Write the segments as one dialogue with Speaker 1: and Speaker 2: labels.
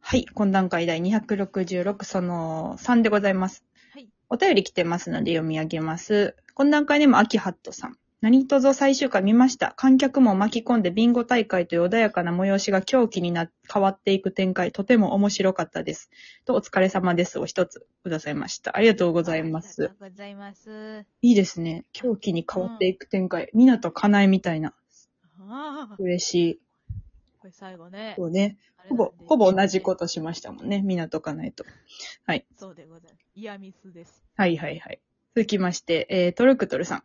Speaker 1: はい、懇談会第266その3でございます。
Speaker 2: はい。
Speaker 1: お便り来てますので読み上げます。懇談会でも秋ハットさん。何とぞ最終回見ました。観客も巻き込んでビンゴ大会という穏やかな催しが狂気にな、変わっていく展開、とても面白かったです。と、お疲れ様ですを一つくださいました。ありがとうございま
Speaker 2: あり
Speaker 1: す
Speaker 2: が。とうございます。
Speaker 1: いいですね。狂気に変わっていく展開。湊かなえみたいな。
Speaker 2: ああ、
Speaker 1: 嬉しい。
Speaker 2: これ最後ね。
Speaker 1: そうね。
Speaker 2: あれ
Speaker 1: ほ
Speaker 2: なん
Speaker 1: ぼ
Speaker 2: で、
Speaker 1: ほぼ同じことしましたもんね。湊かなえと。
Speaker 2: そうでございます。イヤミスです。
Speaker 1: はいはいはい。続きまして、えー、トルクトルさん。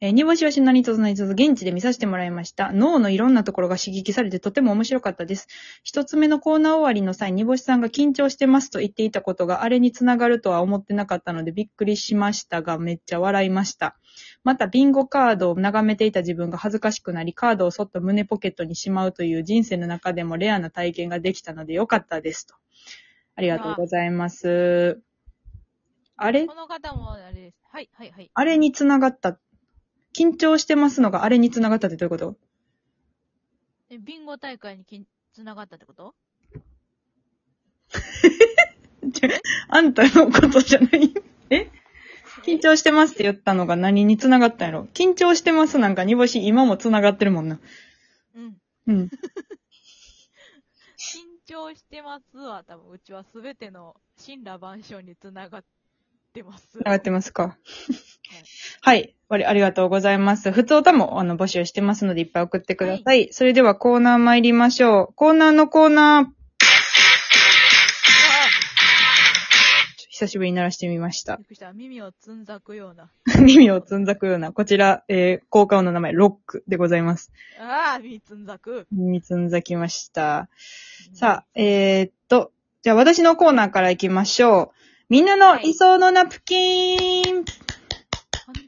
Speaker 1: えー、煮干しはし何とぞ何とぞ現地で見させてもらいました。脳のいろんなところが刺激されてとても面白かったです。一つ目のコーナー終わりの際、煮干しさんが緊張してますと言っていたことがあれにつながるとは思ってなかったのでびっくりしましたが、めっちゃ笑いました。また、ビンゴカードを眺めていた自分が恥ずかしくなり、カードをそっと胸ポケットにしまうという人生の中でもレアな体験ができたのでよかったですと。ありがとうございます。あれ
Speaker 2: この方もあれです。はい、はい、はい。
Speaker 1: あれにつながった。緊張してますのがあれにつながったってどういうこと
Speaker 2: えビンゴ大会にきん繋がったってこと
Speaker 1: あんたのことじゃない。 え緊張してますって言ったのが何につながったんやろ緊張してますなんか煮干し今もつながってるもんな。
Speaker 2: うん。
Speaker 1: うん。
Speaker 2: 緊張してますは、多分うちはすべての神羅万象に繋がってます。
Speaker 1: つながってますか。 はい。ありありがとうございます。普通歌もあの募集してますのでいっぱい送ってください。
Speaker 2: は
Speaker 1: それではコーナー参りましょう。コーナーのコーナー、久しぶりに鳴らしてみまし
Speaker 2: あ
Speaker 1: た
Speaker 2: び。っくりした。耳をつんざくような。
Speaker 1: 耳をつんざくような、こちら、えー、効果音の名前、ロックでございます。
Speaker 2: ああ、耳つんざく。
Speaker 1: 耳つんざきました。さあ、えー、っと、じゃあ私のコーナーから行きましょう。みんなの理想のナプキン、
Speaker 2: 本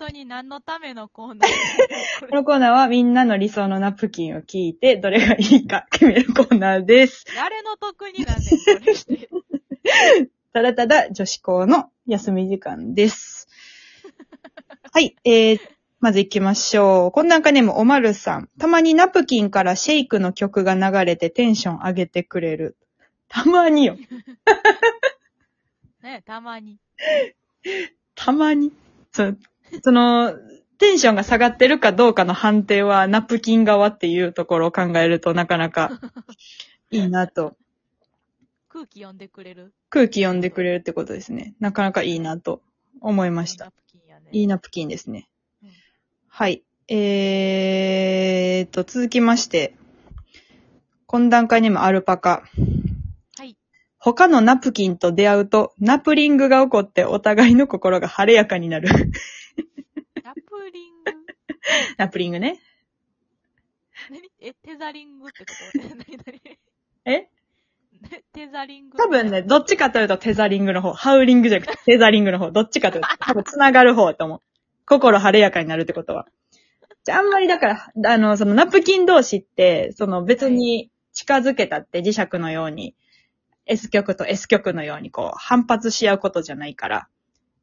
Speaker 2: 当に何のためのコーナー
Speaker 1: このコーナーはみんなの理想のナプキンを聞いて、どれがいいか決めるコーナーです。
Speaker 2: 誰の得になんねん、これして。
Speaker 1: ただただ女子校の休み時間です。はい、えー、まず行きましょう。こんなんかねもおまるさん。たまにナプキンからシェイクの曲が流れてテンション上げてくれる。たまによ。
Speaker 2: ね、たまに。
Speaker 1: たまに。そその、テンションが下がってるかどうかの判定は、ナプキン側っていうところを考えるとなかな かいいなと。
Speaker 2: 空気読んでくれる。
Speaker 1: 空気読んでくれるってことですね。なかなかいいなと思いました。
Speaker 2: ナプキンやね。
Speaker 1: いいナプキンですね
Speaker 2: うん。
Speaker 1: はい。えーっと、続きまして。懇談会にもアルパカ。
Speaker 2: はい。
Speaker 1: 他のナプキンと出会うと、ナプリングが起こってお互いの心が晴れやかになる。
Speaker 2: ナプリング。
Speaker 1: ナプリングね。
Speaker 2: 何え、テザリングってこと何何
Speaker 1: え
Speaker 2: ねテザリング。
Speaker 1: 多分ね、。どっちかというとテザリングの方、ハウリングじゃなくてテザリングの方、どっちかというと、多分繋がる方と思う。心晴れやかになるってことは。じゃあ、あんまりだから、あの、そのナプキン同士って、その別に近づけたって磁石のように、S 極と S 極のようにこう、反発し合うことじゃないから、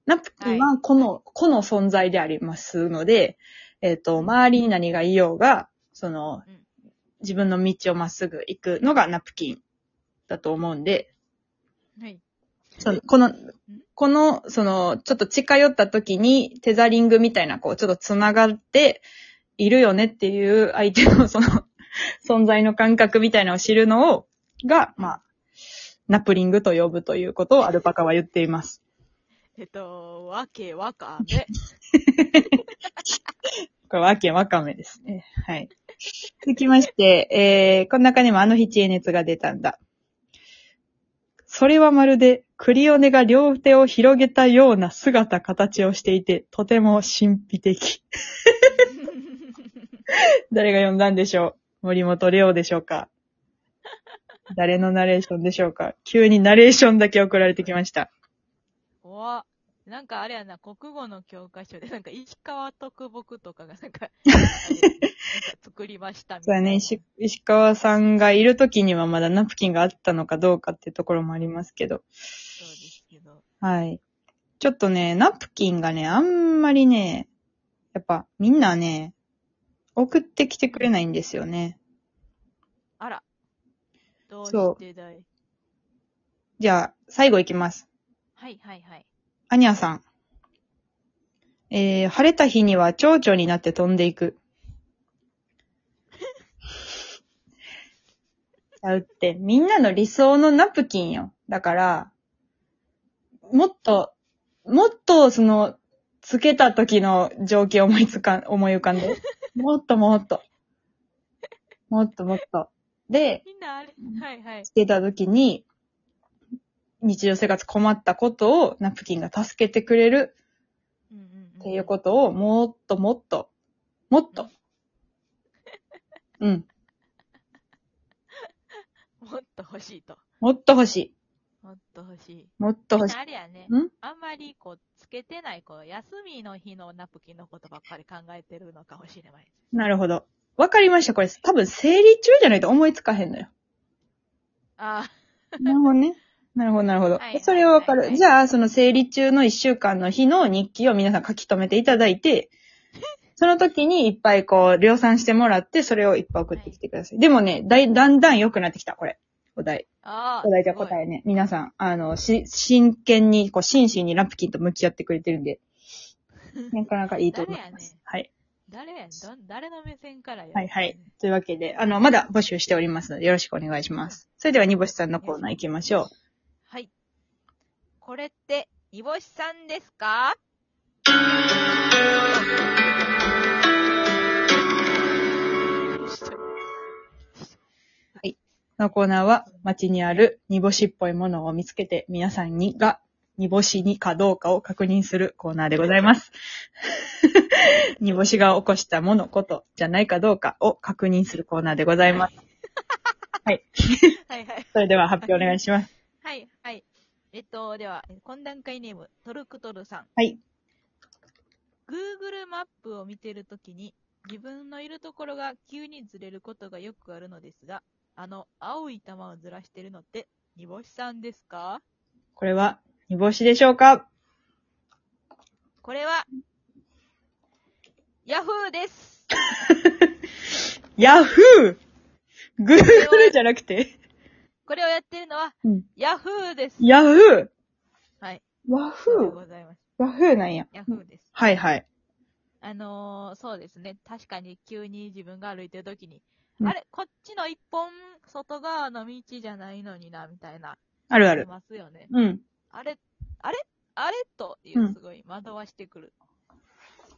Speaker 1: ナプキンはこの、この存在でありますので、えっ、と、周りに何がいようが、その
Speaker 2: うん、
Speaker 1: 自分の道をまっすぐ行くのがナプキンだと思うんで、
Speaker 2: はい。
Speaker 1: その、この、この、その、ちょっと近寄った時に、テザリングみたいな、こう、ちょっと繋がっているよねっていう相手の、 その、存在の感覚みたいなのを知るのを、が、まあ、ナプリングと呼ぶということをアルパカは言っています。
Speaker 2: えっと、わけ わかめ。
Speaker 1: これはけわかめですね。はい。続きまして、えー、この中にもあの日知恵熱が出たんだ。それはまるで、クリオネが両手を広げたような姿、形をしていて、とても神秘的。 誰が読んだんでしょう森本レオでしょうか誰のナレーションでしょうか急にナレーションだけ送られてきました。
Speaker 2: おわ。なんかあれやな、国語の教科書で、なんか石川徳木とかがな んか、あれなんか作りましたみ
Speaker 1: そう
Speaker 2: た
Speaker 1: や
Speaker 2: いな。
Speaker 1: ね、石石川さんがいる時にはまだナプキンがあったのかどうかっていうところもありますけど。
Speaker 2: そうですけど。
Speaker 1: はい。ちょっとね、ナプキンがね、あんまりね、やっぱみんなね、送ってきてくれないんですよね。
Speaker 2: あら。どう
Speaker 1: そう
Speaker 2: してだい。
Speaker 1: じゃあ、最後いきます。
Speaker 2: はいはいはい。
Speaker 1: アニャさん。えー、晴れた日には蝶々になって飛んでいく。ちゃうって、みんなの理想のナプキンよ。だから、もっと、もっと、その、つけた時の情景思いつかん、思い浮かんで。もっともっと。もっともっと。で、
Speaker 2: みんなあれ、はいはい
Speaker 1: し。てた時に、日常生活困ったことをナプキンが助けてくれる
Speaker 2: うんうんうん。
Speaker 1: っていうことをもっともっと、もっと。うん。
Speaker 2: もっと欲しいと。
Speaker 1: もっと欲しい。
Speaker 2: もっと欲しい。
Speaker 1: もっと
Speaker 2: み
Speaker 1: 欲
Speaker 2: ん
Speaker 1: し
Speaker 2: なあれやね
Speaker 1: い。。ん
Speaker 2: あんまりこう、つけてない、こう、休みの日のナプキンのことばっかり考えてるのかもしれない。
Speaker 1: なるほど。わかりました。これ多分生理中じゃないと思いつかへんのよ。
Speaker 2: あ
Speaker 1: なるほどね。なるほど、なるほど
Speaker 2: はいはいは。い
Speaker 1: それはわか
Speaker 2: は
Speaker 1: る。
Speaker 2: い
Speaker 1: じゃあ、その生理中の一週間の日の日記を皆さん書き留めていただい て、その時にいっぱいこう、量産してもらって、それをいっぱい送ってきてください。でもね、だい、だんだん良くなってきた、これ。お題。
Speaker 2: あ、ああ。
Speaker 1: お題じゃあ
Speaker 2: すごい
Speaker 1: 答えね。皆さん、あの、し、真剣に、こう、真摯にラプキンと向き合ってくれてるん で、なかなかいいと思い
Speaker 2: 誰
Speaker 1: ま
Speaker 2: やね
Speaker 1: す。はい。
Speaker 2: 誰やんどん誰の目線からやる
Speaker 1: はいはい。というわけで、あの、まだ募集しておりますので、よろしくお願いします。それでは、煮干しさんのコーナー行きましょう。
Speaker 2: はい。これって、煮干しさんですか
Speaker 1: このコーナーは街にある煮干しっぽいものを見つけて皆さんにが煮干しにかどうかを確認するコーナーでございます。 煮干しが起こしたものことじゃないかどうかを確認するコーナーでございます。
Speaker 2: はいはい。
Speaker 1: それでは発表お願いします。
Speaker 2: はいはい。えっと、では、懇談会ネーム、トルクトルさん。
Speaker 1: はい。
Speaker 2: Google マップを見てるときに、自分のいるところが急にずれることがよくあるのですが、あの、青い玉をずらしてるのって、煮干しさんですか
Speaker 1: これは煮干しでしょうか
Speaker 2: これは、ヤフーです
Speaker 1: ヤフーグーグルじゃなくて、
Speaker 2: これをやってるのは、
Speaker 1: うん
Speaker 2: ヤフーです
Speaker 1: ヤフー
Speaker 2: はい。
Speaker 1: 和
Speaker 2: そう
Speaker 1: 風
Speaker 2: でございます。
Speaker 1: 和風なんや。
Speaker 2: ヤフーです。
Speaker 1: はいはい。
Speaker 2: あのー、そうですね。確かに急に自分が歩いてるときに、
Speaker 1: うん
Speaker 2: あれ、こっちの一本、外側の道じゃないのにな、みたいな。
Speaker 1: あるあ
Speaker 2: あ
Speaker 1: る。
Speaker 2: ますよね。
Speaker 1: うん。
Speaker 2: あれ、あれあれとい
Speaker 1: うん
Speaker 2: う、すごい惑わしてくる。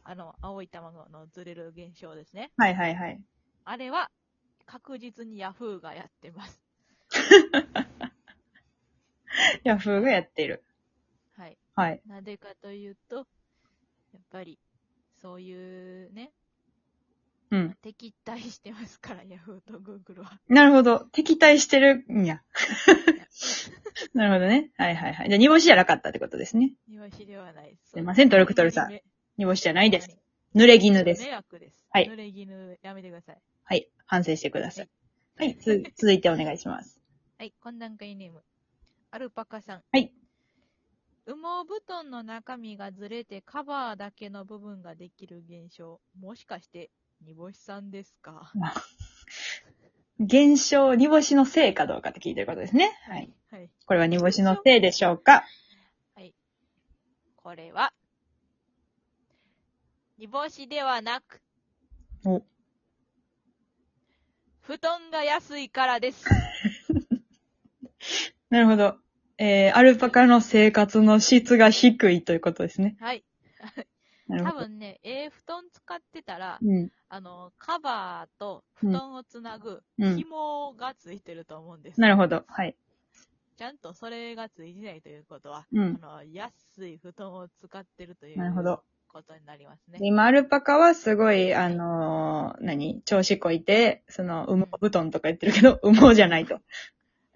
Speaker 2: あの、青い卵のずれる現象ですね。
Speaker 1: はいはいはい。
Speaker 2: あれは、確実にヤフーがやってます。
Speaker 1: ヤフーがやってる。
Speaker 2: はい。
Speaker 1: はい。
Speaker 2: なぜかというと、やっぱり、そういうね、
Speaker 1: うん。
Speaker 2: 敵対してますから、ヤフーとグーグルは。
Speaker 1: なるほど。敵対してるんや。 なるほどね。はいはいはい。じゃあ、煮干しじゃなかったってことですね。
Speaker 2: 煮干しではないです。
Speaker 1: すいませんトルクトルさん
Speaker 2: め。
Speaker 1: 煮干しじゃないで
Speaker 2: は
Speaker 1: す。濡れ衣です。
Speaker 2: 迷惑です。
Speaker 1: はい
Speaker 2: 濡れ衣、やめてください。
Speaker 1: はい。反省してください。はい。つ、続いてお願いします。
Speaker 2: はい、懇談会ネーム。アルパカさん。
Speaker 1: はい。
Speaker 2: 羽毛布団の中身がずれてカバーだけの部分ができる現象。もしかして、煮干しさんですか
Speaker 1: 現象、煮干しのせいかどうかって聞いてることですね。はい。。
Speaker 2: はい。
Speaker 1: これは煮干しのせいでしょうか
Speaker 2: これは、煮干しではなく、
Speaker 1: お
Speaker 2: 布団が安いからです。
Speaker 1: なるほど。えー、アルパカの生活の質が低いということですね。
Speaker 2: はい。
Speaker 1: なる
Speaker 2: 多
Speaker 1: ほど。
Speaker 2: 分ね、ええ布団使ってたら、
Speaker 1: うん。
Speaker 2: あの、カバーと布団をつなぐ
Speaker 1: うん
Speaker 2: 紐がついてると思うんです。
Speaker 1: なるほど。はい。
Speaker 2: ちゃんとそれがついてないということは、
Speaker 1: うん。
Speaker 2: あの、安い布団を使ってるという
Speaker 1: なるほど。
Speaker 2: ことになります
Speaker 1: で
Speaker 2: ね。
Speaker 1: 今、アルパカはすごい、あのー何調子こいて、その、羽毛布団とか言ってるけど、 羽毛じゃないと。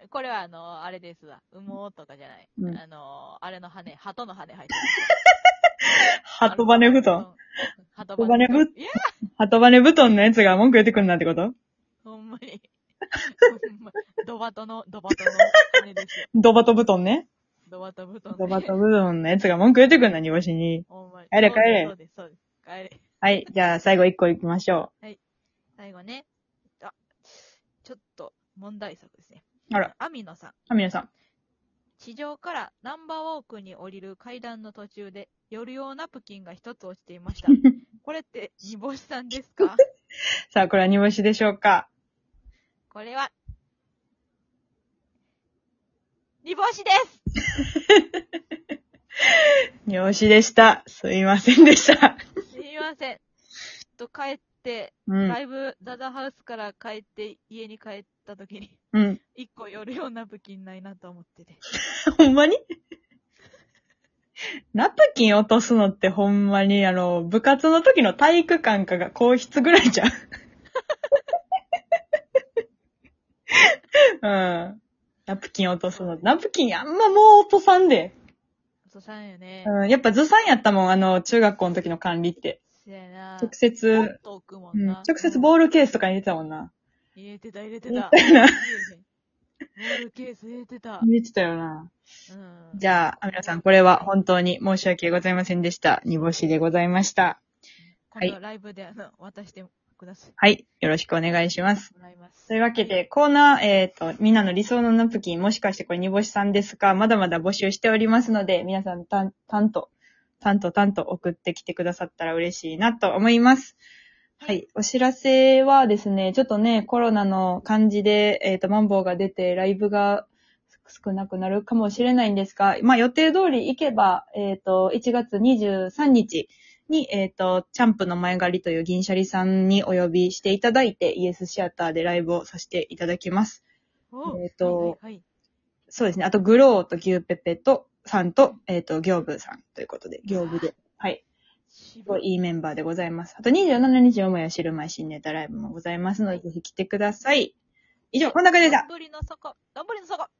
Speaker 2: これはあの、あれですわ。羽毛とかじゃない。
Speaker 1: うん
Speaker 2: あの、あれの羽、鳩の羽入ってる。
Speaker 1: 鳩羽布団。
Speaker 2: うん。鳩羽
Speaker 1: 鳩羽布
Speaker 2: 団。いや、
Speaker 1: 鳩羽布団のやつが文句言ってくんなってこと
Speaker 2: ほんまに。ほんまドバトの、ドバトの羽ですよ。
Speaker 1: ドバト布団ね。
Speaker 2: ドバト布団。
Speaker 1: ドバト布団のやつが文句言ってくんな、煮干しに。
Speaker 2: ほんまに。
Speaker 1: 帰れ帰れ
Speaker 2: そうです、そうです。帰れ。
Speaker 1: はい、じゃあ最後一個行きましょ
Speaker 2: 最後ね。あ、ちょっと問題作ですね。
Speaker 1: う。あら、
Speaker 2: アミノさん。
Speaker 1: あ、皆さん。
Speaker 2: 地上からナンバーウォークに降りる階段の途中で、夜用ナプキンが一つ落ちていま した。これって、煮干しさんですか
Speaker 1: さあ、これは煮干しでしょうか
Speaker 2: これは、煮干しです
Speaker 1: 煮干しでした。すいませんでした。
Speaker 2: すみません。ちょっと帰って、
Speaker 1: うん
Speaker 2: だ。いぶダダハウスから帰って、家に帰った時に、
Speaker 1: うん。
Speaker 2: 一個夜用ナプキンないなと思ってて。
Speaker 1: ほんまに ナプキン落とすのってほんまに、あの、部活の時の体育館かが皇室ぐらいじゃん。 うん。ナプキン落とすの。ナプキンあんまもう落とさんで。
Speaker 2: そうさんよね。
Speaker 1: うん。やっぱずさんやったもん、あの、中学校の時の管理って。
Speaker 2: せやな。
Speaker 1: 直
Speaker 2: も
Speaker 1: 接
Speaker 2: っ、と置くも
Speaker 1: うんん、
Speaker 2: な。
Speaker 1: 直接ボールケースとかに入れてたもんな。
Speaker 2: 入れてた、入れて
Speaker 1: 入
Speaker 2: た。
Speaker 1: れたよな
Speaker 2: ボールケース入れてた。
Speaker 1: 入れてたよな。
Speaker 2: うん。
Speaker 1: じゃあ、アミラさん、これは本当に申し訳ございませんでした。煮干しでございました。
Speaker 2: 今度ライブで、あの、渡してください。
Speaker 1: はい。よろしくお願いします。
Speaker 2: もらいます。
Speaker 1: というわけで、コーナー、えっ、と、みんなの理想のナプキン、もしかしてこれ煮干しさんですかまだまだ募集しておりますので、皆さん、たん、たんと、たんとたんと送ってきてくださったら嬉しいなと思います。はい。お知らせはですね、ちょっとね、コロナの感じで、えっ、と、マンボウが出て、ライブが少なくなるかもしれないんですが、まあ、予定通り行けば、えっ、と、1月23日、に、えっ、と、チャンプの前借りという銀シャリさんにお呼びしていただいて、イエスシアターでライブをさせていただきます。
Speaker 2: お
Speaker 1: えーと
Speaker 2: はいはい
Speaker 1: そうですね。あと、グローとギューペペと、さんと、えっ、と、行部さんということで、行部で。はい。すご
Speaker 2: はい
Speaker 1: いいいメンバーでございます。あと、27日、よもや知るまい新ネタライブもございますので、ぜひ来てください。以上、こんな感じでした
Speaker 2: ど。んぶりの底、どんぶりの底。